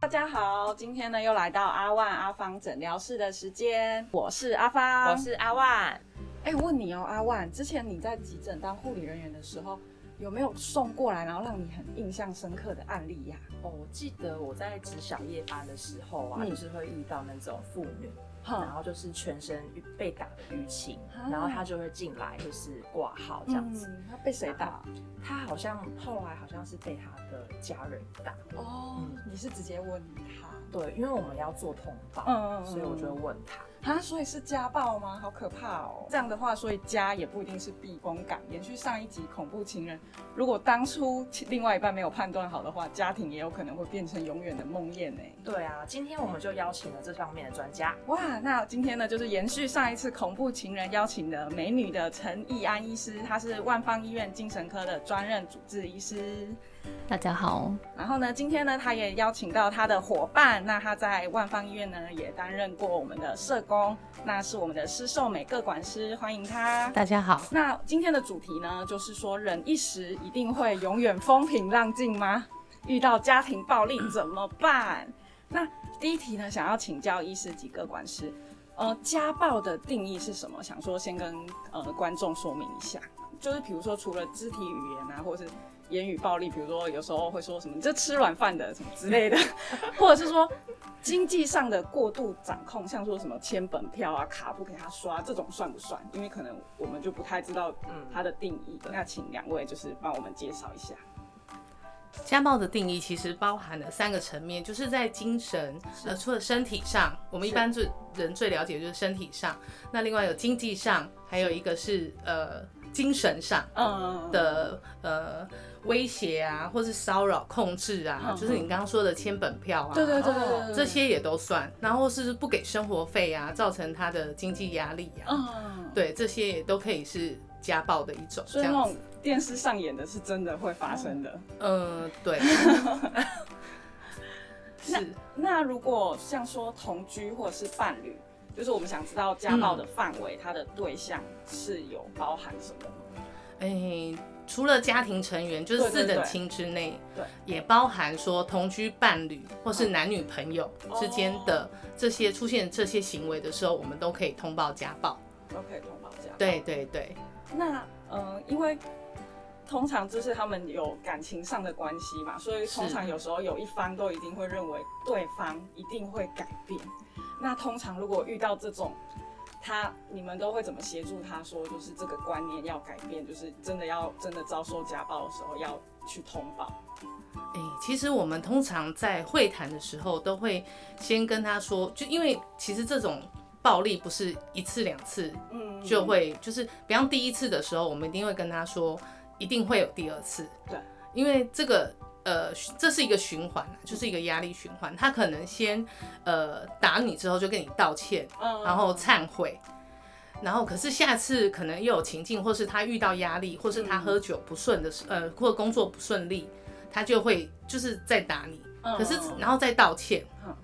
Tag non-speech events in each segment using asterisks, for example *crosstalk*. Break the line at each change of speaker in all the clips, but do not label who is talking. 大家好，今天呢又来到阿万阿芳诊疗室的时间，我是阿芳，
我是阿万。
哎、问你哦，阿万，之前你在急诊当护理人员的时候，有没有送过来然后让你很印象深刻的案例呀、
哦，我记得我在值小夜班的时候啊，
嗯
就是会遇到那种妇女，然
哼，
后就是全身被打的淤青，
啊
然后她就会进来就是挂号这
这
样
样子，
子。嗯
嗯他被谁打？
她好像后来好像是被她的家人打，
哦，你是直接问他？
对，因为我们要做通报，
嗯嗯嗯
所以我就会问她。
啊，所以是家暴吗？好可怕哦！这样的话，所以家也不一定是避风港。延续上一集恐怖情人，如果当初其另外一半没有判断好的话，家庭也有可能会变成永远的梦魇呢。
对啊，今天我们就邀请了这方面的专家。
哇，那今天呢，就是延续上一次恐怖情人邀请的美女的陈义安医师，她是万方医院精神科的专任主治医师。
大家好，
然后呢，今天呢，他也邀请到他的伙伴，那他在万方医院呢也担任过我们的社工，那是我们的施寿美各管师，欢迎他。
大家好，
那今天的主题呢，就是说忍一时一定会永远风平浪静吗？遇到家庭暴力怎么办？那第一题呢，想要请教医师及各管师，呃，家暴的定义是什么？想说先跟呃观众说明一下，就是比如说除了肢体语言啊，或是言语暴力，比如说有时候会说什么“你这吃软饭的”什么之类的， *laughs* 或者是说经济上的过度掌控，像说什么签本票啊、卡不给他刷这种算不算？因为可能我们就不太知道它的定义。那请两位就是帮我们介绍一下。
家暴的定义其实包含了三个层面，就是在精神，呃，除了身体上，我们一般最人最了解就是身体上，那另外有经济上，还有一个是呃精神上
嗯，
的呃威胁啊，或是骚扰、控制啊，
嗯
就是你刚刚说的签本票啊，
对对对对对对，
这些也都算，然后是不给生活费啊，造成他的经济压力啊，
嗯，
对，这些也都可以是家暴的一种，
所以
这
那
样子
种。电视上演的是真的会发生的。
嗯，对， *laughs* 是
*laughs* 那如果像说同居或者是伴侣，就是我们想知道家暴的范围，它的对象是有包含什么吗？
哎、除了家庭成员，就是
对对
四
对
等亲之内，
对嗯
也包含说同居伴侣或是男女朋友
哦
之间的这些出现这些行为的时候，我们都可以通报家暴。
都可以通报家暴。
对对对，
那呃，因为通常就是他们有感情上的关系嘛，所以通常有时候有一方都一定会认为对方一定会改变。那通常如果遇到这种，他你们都会怎么协助他说，就是这个观念要改变，就是真的要真的遭受家暴的时候要去通报。
哎、其实我们通常在会谈的时候，都会先跟他说，就因为其实这种暴力不是一次两次
嗯，
就会就是，比方第一次的时候，我们一定会跟他说，一定会有第二次。
对，
因为这个呃，这是一个循环啊，就是一个压力循环。他可能先呃打你之后就跟你道歉，
嗯，
然后忏悔，然后可是下次可能又有情境，或是他遇到压力，或是他喝酒不顺的时，
嗯
呃，或工作不顺利，他就会就是再打你。
嗯
可是然后再道歉
嗯，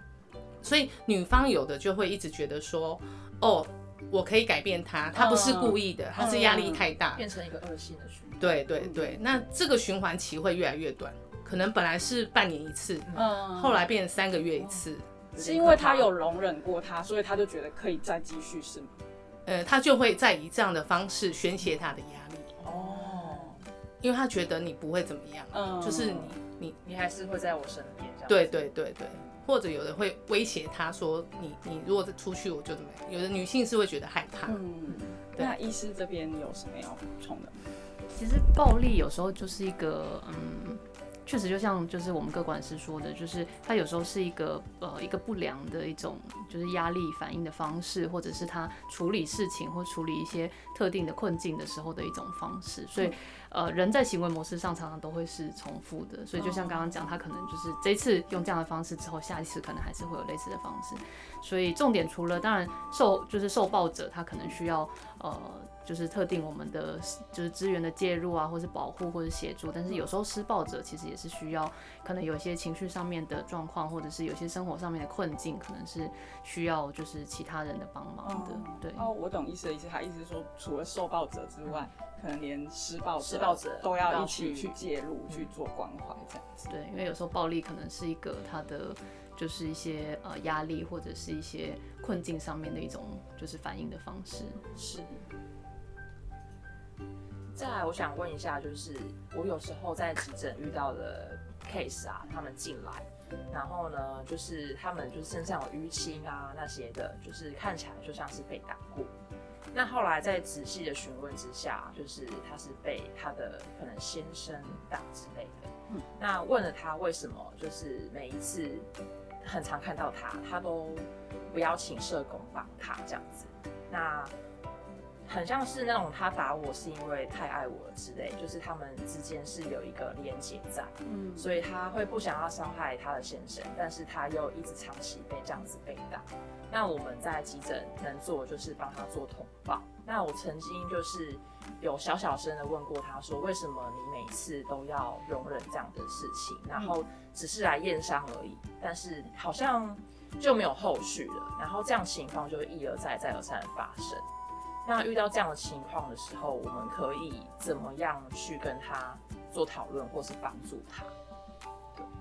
所以女方有的就会一直觉得说，哦，我可以改变他，他不是故意
嗯
的，他是压力太大。
变成一个恶性的循环。
对对对，那这个循环期会越来越短，可能本来是半年一次，
嗯，
后来变成三个月一次，
是因为他有容忍过他，所以他就觉得可以再继续，是吗？
呃，他就会再以这样的方式宣泄他的压力，
哦，
因为他觉得你不会怎么样，
嗯
就是你你
你还是会在我身边这样。
对对对对，或者有的会威胁他说你你如果出去我就怎么样，有的女性是会觉得害怕，
嗯，
对
那医师这边有什么要补充的吗？
其实暴力有时候就是一个，嗯，确实就像就是我们各管师说的，就是它有时候是一个呃一个不良的一种就是压力反应的方式，或者是他处理事情或处理一些特定的困境的时候的一种方式。所以呃人在行为模式上常常都会是重复的，所以就像刚刚讲，他可能就是这一次用这样的方式之后，下一次可能还是会有类似的方式。所以重点除了当然受就是受暴者他可能需要呃就是特定我们的就是资源的介入啊，或是保护或是协助，但是有时候施暴者其实也是需要可能有一些情绪上面的状况，或者是有些生活上面的困境，可能是需要就是其他人的帮忙的，对。
哦，我懂医师的意思，他意思是说，除了受暴者之外，可能连施暴
施暴者
都要一
要
起
去
去介入、去做关怀这样子。
对，因为有时候暴力可能是一个他的就是一些呃压力或者是一些困境上面的一种就是反应的方式。
是
再来，我想问一下，就是我有时候在急诊遇到的 case 啊，他们进来，然后呢，就是他们就是身上有淤青啊那些的，就是看起来就像是被打过。那后来在仔细的询问之下，就是他是被他的可能先生打之类的。
嗯
那问了他为什么，就是每一次很常看到他，他都不要请社工帮他这样子。那很像是那种他打我是因为太爱我了之类，就是他们之间是有一个连结在，
嗯，
所以他会不想要伤害他的先生，但是他又一直长期被这样子被打。那我们在急诊能做的就是帮他做通报。那我曾经就是有小小声的问过他说，为什么你每次都要容忍这样的事情，然后只是来验伤而已，但是好像就没有后续了，然后这样情况就会一而再再而三的发生。那遇到这样的情况的时候，我们可以怎么样去跟他做讨论，或是帮助他？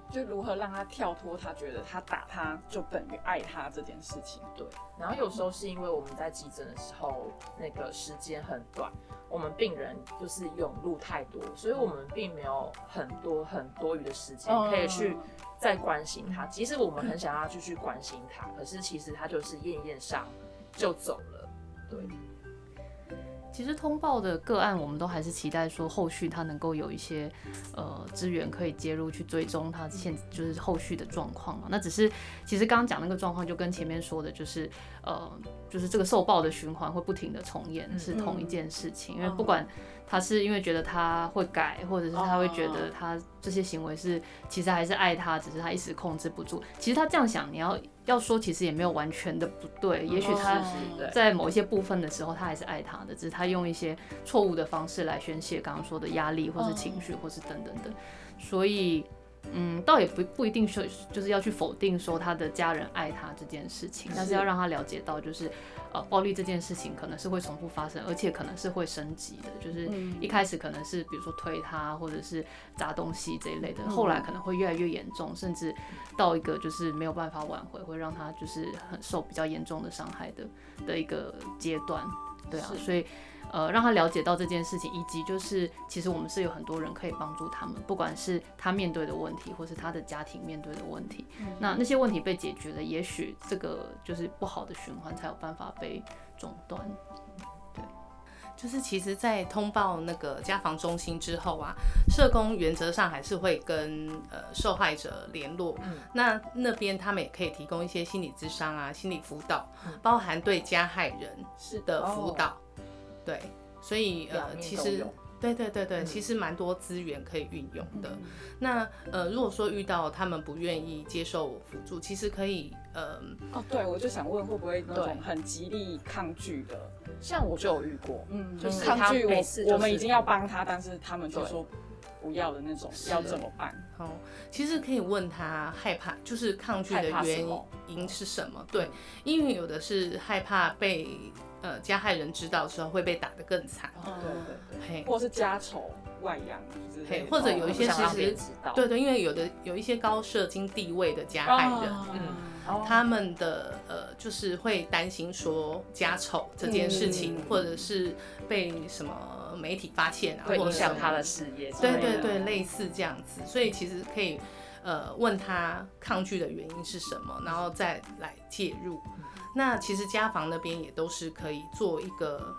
就如何让他跳脱他觉得他打他就等于爱他这件事情。
对，然后有时候是因为我们在急诊的时候，那个时间很短，我们病人就是涌入太多，所以我们并没有很多很多余的时
嗯
间
嗯
可以去再关心他。即使我们很想要继续关心他，可是其实他就是验验上就走了。对，
其实通报的个案，我们都还是期待说后续他能够有一些呃资源可以介入去追踪他现就是后续的状况嘛。那只是其实刚刚讲那个状况，就跟前面说的，就是呃就是这个受报的循环会不停的重演，
嗯
是同一件事情。因为
哦
不管他是因为觉得他会改，或者是他会觉
哦
得他这些行为是其实还是爱他，只是他一时控制不住。其实他这样想，你要要说其实也没有完全的不对，也许他。
哦是是对
在某一些部分的时候，他还是爱他的，只是他用一些错误的方式来宣泄刚刚说的压力，或是情绪，或是等等的。所以，嗯，倒也不不一定说就是要去否定说他的家人爱他这件事情，但是要让他了解到，就是呃，暴力这件事情可能是会重复发生，而且可能是会升级的，就是一开始可能是比如说推他，或者是砸东西这一类的，后来可能会越来越严重，甚至到一个就是没有办法挽回，会让他就是很受比较严重的伤害的的一个阶段，对啊，
是
所以呃，让他了解到这件事情，以及就是其实我们是有很多人可以帮助他们，不管是他面对的问题，或是他的家庭面对的问题，那那些问题被解决了，也许这个就是不好的循环才有办法被中断。
就是其实，在通报那个家防中心之后啊，社工原则上还是会跟呃受害者联络。
嗯
那那边他们也可以提供一些心理咨商啊、心理辅导，
嗯
包含对加害人
是的，
的辅导。对，所以
哦两
呃，
面
其
都
实
有
对对对对，
嗯
其实蛮多资源可以运
嗯
用的。那呃，如果说遇到他们不愿意接受辅助，其实可以呃，
哦，对，我就想问会不会那种
对
很极力抗拒的，
像我就有遇过，
嗯，
就是
抗
他
拒我、
每次就是
我们已经要帮他，但是他们就
对
说不要的那种，要怎么办？
哦，其实可以问他害怕，就是抗拒的
害怕什
原
么嗯
因是什么？对，因为有的是害怕被呃加害人知道之后会被打得更惨，
对对对，
嘿，
或是家丑外扬之类的，哦
嗯哦嘿或者有一些
我不想让
其实
别人知道，
对对，因为有的有一些高社经地位的加害人，
嗯
嗯，
哦
他们的呃，就是会担心说家丑这件事情，
嗯
或者是被什么媒体发现啊，
会
或者
影响
什么
他的事业之类
对
的，
对对，类似这样子，所以其实可以呃问他抗拒的原因是什么，然后再来介入。那其实家防那边也都是可以做一个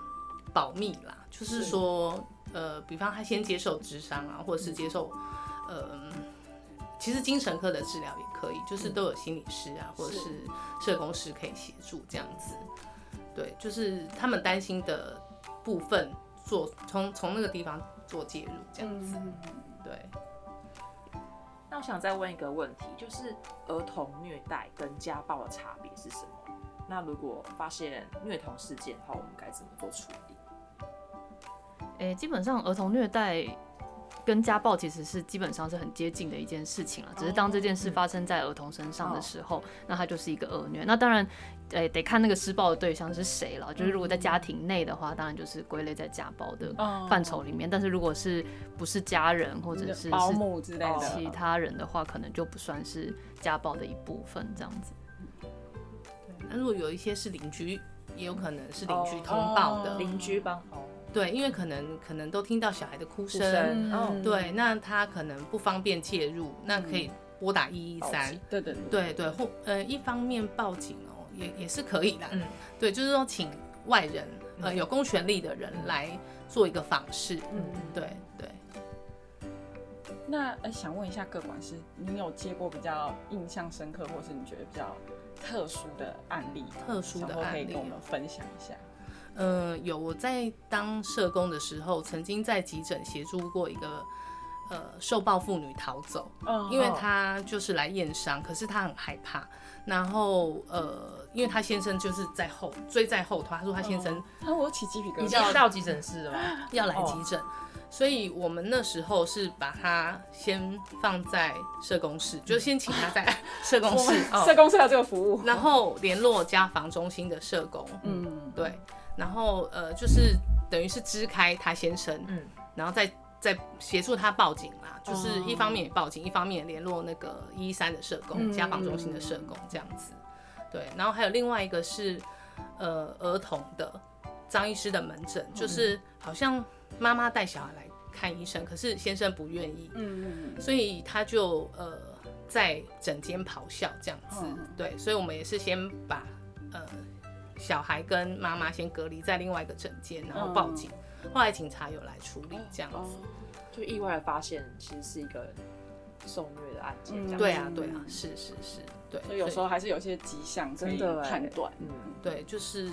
保密啦，就是
是
说呃，比方他先接受智商啊，或者是接受呃。其实精神科的治疗也可以，就是都有心理师啊，或者
是
是社工师可以协助这样子。对，就是他们担心的部分做从从那个地方做介入这样子。
嗯
对，
那我想再问一个问题，就是儿童虐待跟家暴的差别是什么？那如果发现虐童事件的话，我们该怎么做处理？
诶、基本上儿童虐待跟家暴其实是基本上是很接近的一件事情了，只是当这件
哦嗯
事发生在儿童身上的时候，那它就是一个恶虐。那当然，诶、得看那个施暴的对象是谁了。就是如果在家庭内的话，当然就是归类在家暴的
嗯
范畴里面。但是如果是不是家人或者是
保
是
姆之类的，
哦
其他人的话，可能就不算是家暴的一部分这样子。
那如果有一些是邻居，也有可能是邻居
哦
通报的，
哦
邻居帮哦，
对，因为可能可能都听到小孩的哭
出
声，
生
嗯
哦，
对，那他可能不方便介入，那可以拨打一一
报
三
警，
对对对，
对对，或呃一方面报警哦，也也是可以的，
嗯
对，就是说请外人，呃
嗯
有公权力的人来做一个访视，
嗯
对对。
那哎、想问一下各管师，你有接过比较印象深刻，或是你觉得比较特殊的案例？
特殊的
想说可以
案例
跟我
哦
们分享一下。
呃，有我在当社工的时候，曾经在急诊协助过一个呃受暴妇女逃走，
哦
嗯
因为她就是来验伤，可是她很害怕，然后呃，因为她先生就是在后追在后头，她说她先
哦
生
啊，我起鸡皮疙瘩。
已经到急诊室了吗？
要
哦
来急诊，所以我们那时候是把她先放在社工室，就先请她
*laughs*
在社工
我
室
们，
哦
社公司有这个服务。
然后联络家防中心的社工，
嗯，
对，然后呃，就是等于是支开他先生，
嗯，
然后再再协助他报警啦，就是
哦
一方面也报警，一方面也联络那个一三的社工、
嗯
家访中心的社工这样子。对，然后还有另外一个是呃儿童的张医师的门
嗯
诊，就是好像妈妈带小孩来看医生，可是先生不愿意，
嗯嗯
所以他就呃在整间咆哮这样子。
嗯
对，所以我们也是先把呃小孩跟妈妈先隔离在另外一个诊间，然后报警，后来警察有来处理 *laughs* 这样
嗯，哦
子。
就意外地发现其实是一个受虐的案件，这样
对啊，
嗯
对啊，是是是，对。
所以有时候还是有些迹象可以
真的欸
判断。
嗯，
对，就是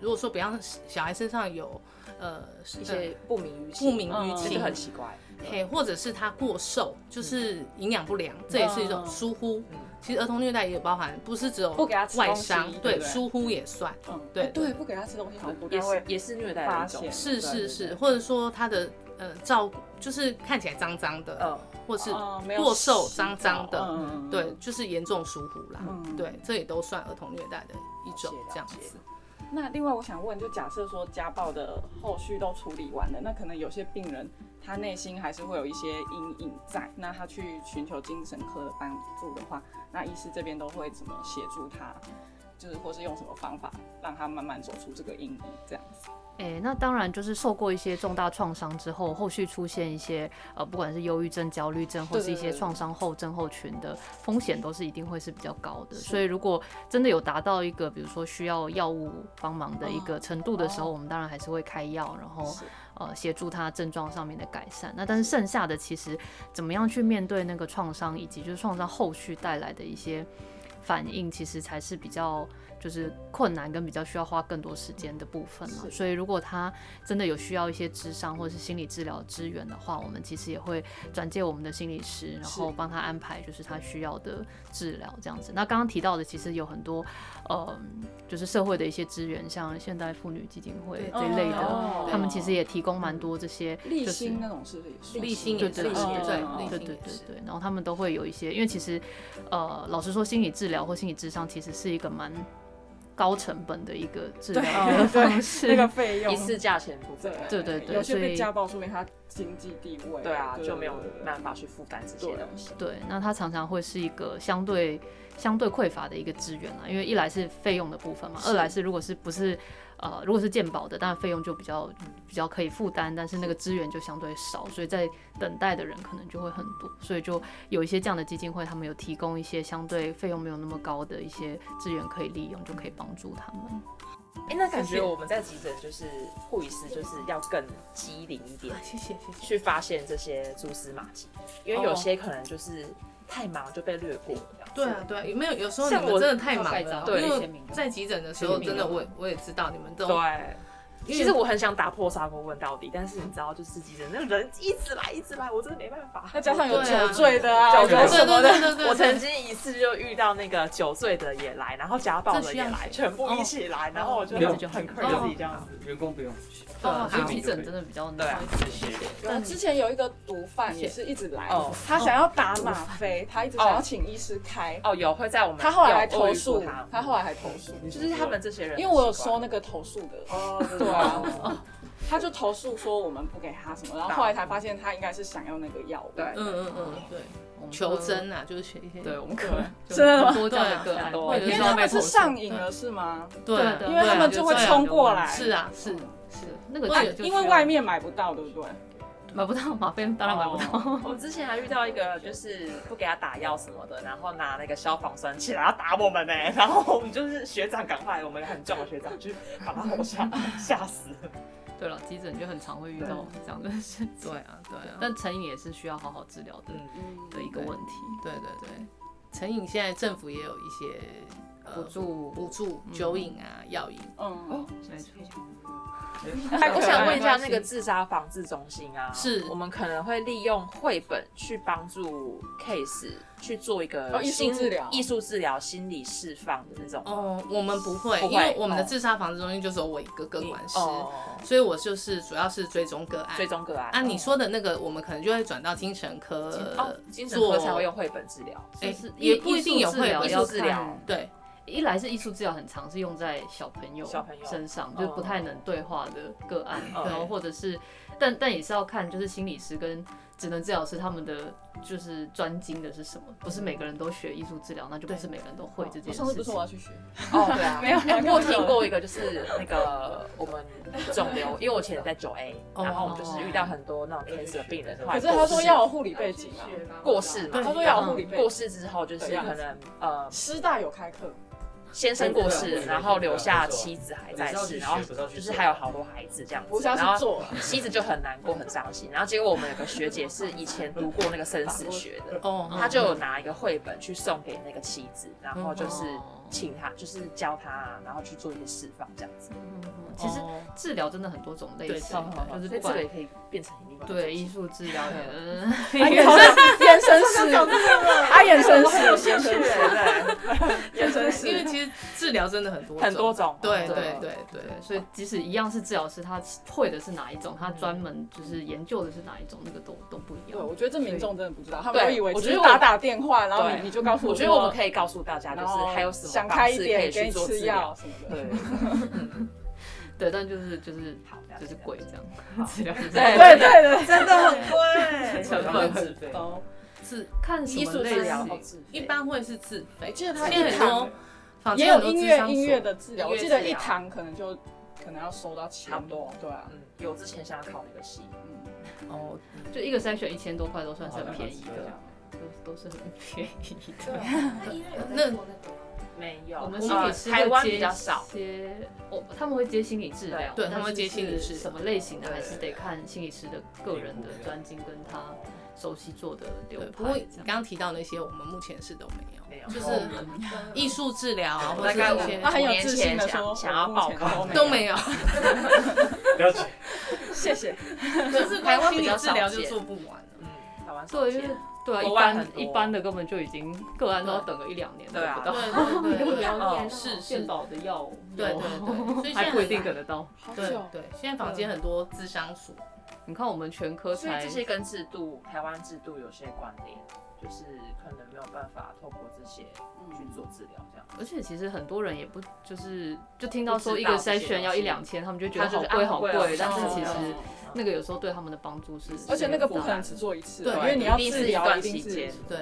如果说不要小孩身上有呃
一些不明于
不明
于
其
情
实很奇怪，
嘿，或者是他过瘦，就是营养不良，这也是一种
嗯
疏忽
嗯。
其实儿童虐待也包含，不是只有
不给他吃
外
东西
伤，
对
对，
不对
疏忽也算。
嗯，
对
哎对，不给他吃东西，好不
也
太
是
会。
也是虐待的一
发
种
现，
对
是是
对
是，
对
或者说他的呃照顾，就是看起来脏脏的，
呃，
或是
哦没有
过瘦
洗
脏脏
澡
的，
嗯，
对，就是严重疏忽啦。
嗯
对，这也都算儿童虐待的一种
了解
这样
了解
子。
那另外我想问，就假设说家暴的后续都处理完了，那可能有些病人他内心还是会有一些阴影在，那他去寻求精神科的帮助的话，那医师这边都会怎么协助他？就是或是用什么方法让他慢慢走出这个阴影，这样子。
诶、那当然就是受过一些重大创伤之后，后续出现一些呃，不管是忧郁症、焦虑症，或
对
是一
对
些
对
创伤后症候群的风险，都是一定会是比较高的。所以如果真的有达到一个，比如说需要药物帮忙的一个程度的时候，
哦
我们当然还是会开药，然后呃协助他症状上面的改善。那但是剩下的其实怎么样去面对那个创伤，以及就是创伤后续带来的一些反应，其实才是比较就是困难跟比较需要花更多时间的部分了。
是
所以如果他真的有需要一些智商或者是心理治疗资源的话，我们其实也会转介我们的心理师，然后帮他安排就是他需要的治疗这样子。那刚刚提到的其实有很多，呃，就是社会的一些资源，像现代妇女基金会
对
这一类的，
哦
他们其实也提供蛮多这些
立
就是
新。那啊种是不是也算？
立心
对
也是，
对
对
对
哦
对
对
对
对
对对，然后他们都会有一些，因为其实，呃，老实说，心理治疗或心理智商其实是一个蛮高成本的一个治疗
对
的
*laughs* 对
方式，
那个费用
一，次价钱不菲，
对
对对对
有些
所以
被家暴，说明他经济地位，
对啊，
对
就没有
对对
办法去负担这些东西，
对，那它常常会是一个相对相对匮乏的一个资源啦，因为一来是费用的部分嘛，二来是如果是不是呃如果是健保的，当然费用就比较比较可以负担，但是那个资源就相对少，所以在等待的人可能就会很多，所以就有一些这样的基金会，他们有提供一些相对费用没有那么高的一些资源可以利用，就可以帮助他们。
哎，那感觉我们在急诊就是护理师就是要更机灵一点
啊，谢谢谢谢。
去发现这些蛛丝马迹，因为有些可能就是太忙就被略过了。
对啊，对啊，有没有有时候你
像
们
我
真的太忙
盖
了
章，
因
对
为
名
哦
在急诊的时候，真的我也我也知道你们都
对，其实我很想打破砂锅问到底，但是你知道，就是自己的那个人一直来一直来，我真的没办法。
再加上有
对啊
酒醉的啊，
酒醉
有什么的，
对对
我曾经一次就遇到那个酒醉的也来，然后家暴
这
的
需
也
要
来，全部一起来，然后我就
这样
很
子就
很
好
困扰自己这样子。
员工不用，
哦
对，所以
好
急诊真的比较
对啊
难。
谢谢。
呃，之前有一个毒贩也是一直来
哦，
他想要打吗啡，他一直想要请医师开，
哦，有会在我们
他后来还
有我
投
有遇过
诉
他，，
他后来还投诉，
就是他们这些人，
因为我有收那个投诉的，
哦，
对啊，他就投诉说我们不给他什么，然后后来才发现他应该是想要那个药物。
对
嗯嗯嗯，对，
我们
求真啊，就是学一些
对，我们可
对
就
真的吗
多这样的个案，
对啊
或
对
者
因为
是
他
要被
们
投
是
诉
上瘾了，是吗？
对啊对，
对对
因为他们就会冲过来，
是啊是，
是那个
或者
这个就
因为
需要
外面买不到，对不对？
买不到吗啡，当然买不到。
哦
*laughs* 我们之前还遇到一个，就是不给他打药什么的，然后拿那个消防栓起来要打我们呢、然后我们就是学长赶快，我们很壮的学长去把他吼吓，吓死了。
对了，急诊就很常会遇到这样的事情。
对啊对啊，
但成瘾也是需要好好治疗的
嗯，
的一个问题。
对对对，成瘾现在政府也有一些呃
补助
补助酒瘾啊药瘾，
嗯，
没错，
太可
哎
爱
我想问一
了
下那个自杀防治中心啊，
是
我们可能会利用绘本去帮助 case 去做一个
哦艺术
心
治疗
艺术治疗、心理释放的那种。
哦，我们不会，
不会
因为我们的
哦
自杀防治中心就只有我一个个管师，
哦，
所以我就是主要是追踪个案。
追踪个案。
啊，你
哦
说的那个，我们可能就会转到精神科
哦，精神科
做
才会用绘本治疗。
哎
就是
也
艺
不一定有
艺术治疗
会
艺
要
术治
看
疗，
对，
一来是艺术治疗很常是用在小朋友
小朋友
身上，
嗯
就是不太能对话的个案，
嗯
然后或者是，但但也是要看就是心理师跟职能治疗师他们的就是专精的是什么，不是每个人都学艺术治疗，那就不是每个人都会这件
上次不是
事情
我。要去学，
哦，对啊，
没有
哎我有听过一个，就是那个我们肿瘤，因为我以前在九 A，
哦
然后我们就是遇到很多那种 cancer 病人，后来
可是他
过
说
世
要有护理背景啊，
过世嘛，
对
他说要有护理背
过
景。
世之后就是
对要
可能呃
师大有开课，
先生过世，
对
然后留下妻子还在世，
你是
然
要
后
去学不是要去
就是还有好多孩子这样
我
子，
是要
然
去
后
做了，啊
妻子就很难过很伤心，然后结果我们有个学姐是以前读过那个生死学的，
哦，
她就有拿一个绘本去送给那个妻子，然后就是
哦
请她就是教她，然后去做一些释放这样子。
嗯嗯嗯其实
哦
治疗真的很多种类
对
型
对
的，就
所以这个
是不管
也可以变成另外一个
对
主题
艺术治疗也，
他
嗯
眼神眼神是，
*laughs*
他眼神是眼神
对
是
对
眼
欸
神是，
因为其实治疗真的很多
对，很多
种
种，
对
对
对对对，
对，所以即使一样是治疗师，他会的是哪一种，他专门就是研究的是哪一种，那个都都不一
对，
样
我。觉得这民众真的不知道，他们
对
都以为
我
只
觉
是
得我
打打电话，然后
对
你你就告诉
我觉得
说
我们可以告诉大家，就
然
是
后
还有什
想
么
开
方
一
式可
点，
以
给
去
你
做
吃
治
药
疗？
什么的。
对，
*laughs*
对，但就是就是
好，了解
就是贵这样
好，
治疗师
对
对对对，
真的很贵，
成本
自费
懂。
自
看什
艺
么
术
类
治疗
型，
一般会是自费，
记得他
现在
一
很
堂
多坊
也
间很
有
多
音
智
乐
商
音
所
乐的治疗，
音
我
乐
记得
治
一
疗
堂可能就可能要收到千
差不多
对啊，
嗯，有之前想要考那个系，
哦，
就一个筛选一千多块都算是很便宜
好
的
像，
都都是很便宜的。
那
没
啊
有
我们心理
呃
师
台
会
湾
接
比较少，
接我他们会接心理治疗，
对对
但
他们会
是
接心理
是
治疗
什么类型的
对
还是得看心理师的个人的专精跟他熟悉做的流
对，不过
派
你
这样。
刚刚提到那些，我们目前是都没有，
没有，
就是艺术治疗啊，
我
或
大概
者是一
五
些
他很有
五年
自信的
前
说，
想要报考
考
都没有，
了解。
谢谢。
*laughs*
嗯
就是
台湾
心
比
理
较
治
少
疗
见
就做不完了。
嗯，台湾少
对，因为
见，
对啊，一
国外很
般
多
一般的根本就已经个案都要等个一两年都
对啊
不
对
到，
对对对，
哦
是是
健，保的药
对
有
对对， *laughs* 所以现
还
在
不一定
很
等得到。
好
对
久，
对，现在房间很多智商所，
你看我们全科
所以
才
这些跟制度台湾制度有些关联，就是可能没有办法透过这些去
嗯，
做治疗这样。
而且其实很多人也不就是就听到
不
说
知
一
道
个
这些
筛选
东
要
西
一两千，他们就觉得
他就
好
觉得
贵
啊
好
好贵
贵，
哦
但是其实
哦
那个有时候对他们的帮助是，
而且那个不可能只做一次，因为你要
一定
治
是一
疗
段
一
期
定是
间，
对，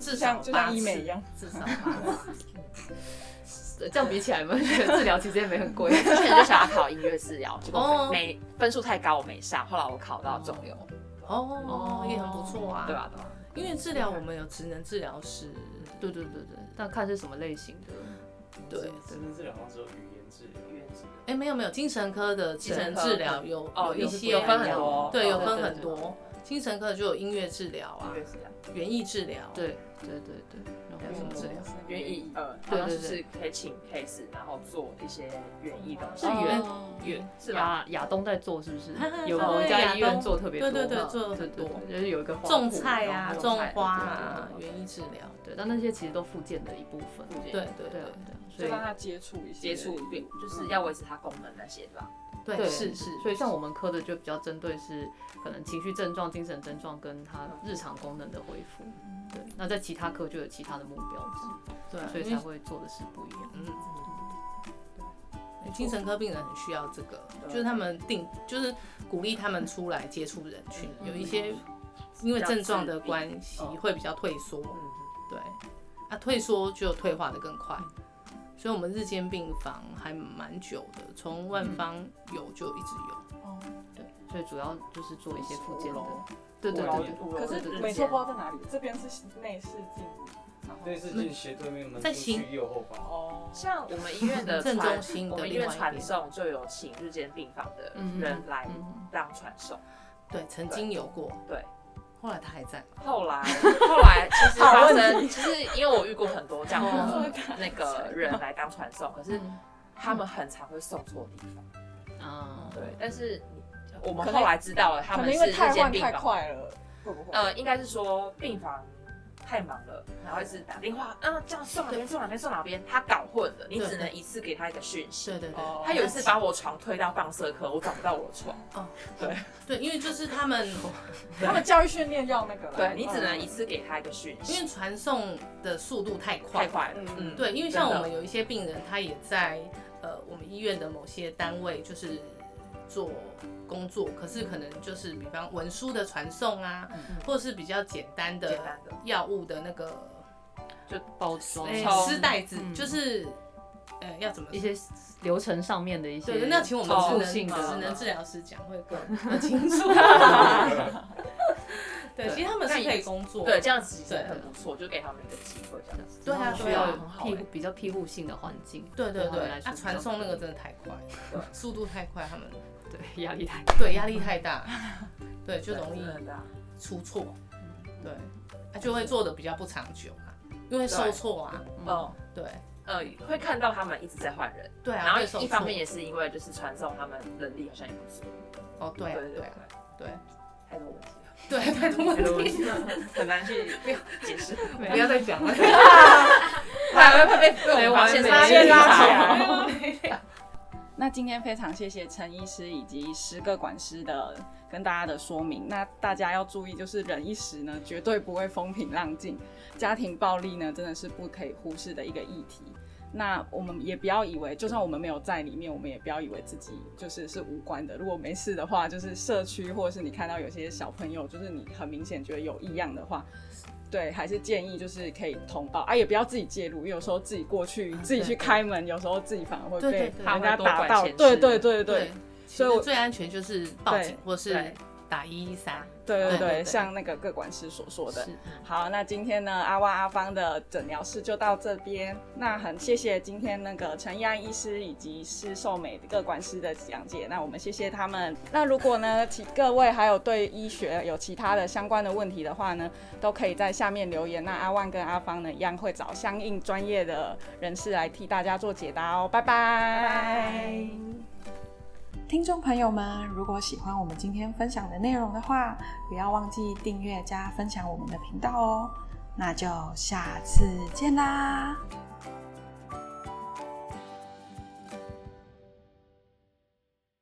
至
就
少
像就
八
像
次
医美一，样，
至
*laughs*
少八次。
这样比起来嘛，觉得治疗其实也没很贵。
*laughs* 之前就想要考音乐治疗，结
哦
果没分数太高，我没上。后来我考到肿瘤，
哦
哦，
也很不错啊，
对？吧？对吧
因为治疗我们有职能治疗师，
对对对对，但看是什么类型的。
对。
真正治疗好像只有语言治疗，语言治疗。
哎，没有没有，精神科的
精
精
神
神
科
治疗有
哦
有一
有
些
有分很多
对，
哦
有
对
分
对
很
对
多。精神科就有音乐治疗啊，
乐治疗，
园艺治疗，啊
对对对对，然后
还有什
嗯
么治疗？
园艺呃，好
对
像
对
就是可以请 case，然后做一些园艺东西，
是园
哦？
园啊是吧？
亚亚东在做是不是
*laughs*
有我们家医院做特别多，
对对对
嗯
做得很
对对
多
对就是有一个花圃
种菜
然
啊，
后
种
菜
花
对对
啊，
对对
园艺治疗，
对，但那些其实都附件的一部分。
附件
对对
对
对
啊
就
对
让
啊，
他接触一些
接触对，嗯就是要维持它功能那些对吧？
对
对
是是，
所以所以像我们科的就比较针对是可能情绪症状、精神症状跟他日常功能的恢复。
嗯
对，那在其他科就有其他的目标，
对啊，
所以
因
才
为
会做的是不一样。
嗯。精神科病人很需要这个，
对
就是他们定，就是鼓励他们出来接触人群。
嗯
有一些因为症状的关系
嗯
会比较退缩，
嗯，
对，啊，退缩就退化的更快。所以我们日间病房还蛮久的，从万方有就一直有，
哦
对，所以主要就是做一些附件的
五楼。
对对
五楼
对对，
五楼
可是
的日
美错
间
不知道在哪里，这边是内视镜，然后
对，是进斜对面门
在
出去
行
右后方。
哦， *laughs*
像我们医院
嗯
的
正
传
中心
我
的
们医
另
院
外一
传
边。
送就有请日间病房的人来
嗯
当传送。
对，曾经有过，
对，
后来他还在。
后来后来其实发生，其实因为我遇过很多这样
哦
的 *laughs* 那个人来当传送，可是他们很常会送错地方。
啊，
对，但是你我们
可能
后来知道了，他
可
们
能因
是
为
日
太
间
换
病
太
房。
快了，会不会？
呃，
嗯
应该是说病房。太忙了，然后一直打电话，啊，这样送哪边送哪边送哪边，他搞混了，你
嗯对
只能一次给他一个讯息。
对对对，
哦
他有一次把我床推到放射科，我找不到我的床。
对，因为就是他们，
他们教育训练要那个啦，
对你只能
嗯
一次给他一个讯
因
息，
为传送的速度太快，
太快了。
嗯
嗯，
嗯对，因为像我
真
们有一些病人，他也在呃我们医院的某些单位就是做工作，可是可能就是比方文书的传送啊，或者是比较简单的
嗯简单的
药物的那个
包装
哎
抽
丝带子，
嗯
就是呃要怎么
一些流程上面的一些
对，那请我们
重
职
复
能
性的
职能治疗师讲会更
*laughs*
更清楚。对，其实他们是可以工作，
对，这样子其实
对
很不错，就给他们一个机会这样子。
对啊
需
对啊
要
很好
庇
欸
护比较庇护性的环境，
对对
他们
对，
来说
啊，
比较
传送那个真的太快了， *laughs* 速度太快，他们
对压力太大。
对压力太大，对就
对啊
容易
真的很大
出错，对，啊就会做的比较不长久啊，因为受挫啊，
嗯
对
呃，会看到他们一直在换人，
对啊，
然后
会受
一
挫
方面也是因为就是传送他们能力好像也不错。
哦对啊
对
对
对
啊对
太多问题了，
对，太多
太
问
多问
题，
题了，很难去解 *laughs* 释，
不要
*laughs*
再讲了，
还会被被我发现
拉
线拉起来
没有
那今天非常谢谢陈医师以及十个管师的跟大家的说明。那大家要注意，就是忍一时呢，绝对不会风平浪静。家庭暴力呢，真的是不可以忽视的一个议题。那我们也不要以为，就算我们没有在里面，我们也不要以为自己就是是无关的。如果没事的话，就是社区或者是你看到有些小朋友，就是你很明显觉得有异样的话，对，还是建议就是可以通报啊，也不要自己介入，因为有时候自己过去自己去开门，有时候自己反而会
对对
被
对
人家
他会多
打
管
到。
闲事
对对对对
对
对，
所
所以
以
我
最安全就是报警
对
或是
对
打一一三，
对
对
对
对
对，像那个各管师所说的
是。
好，那今天呢，阿万阿芳的诊疗室就到这边。那很谢谢今天那个陈亚医师以及施寿美各管师的讲解，那我们谢谢他们。那如果呢，其各位还有对医学有其他的相关的问题的话呢，都可以在下面留言。那阿万跟阿芳呢，一样会找相应专业的人士来替大家做解答哦。拜拜听众朋友们，如果喜欢我们今天分享的内容的话，不要忘记订阅加分享我们的频道哦。那就下次见啦，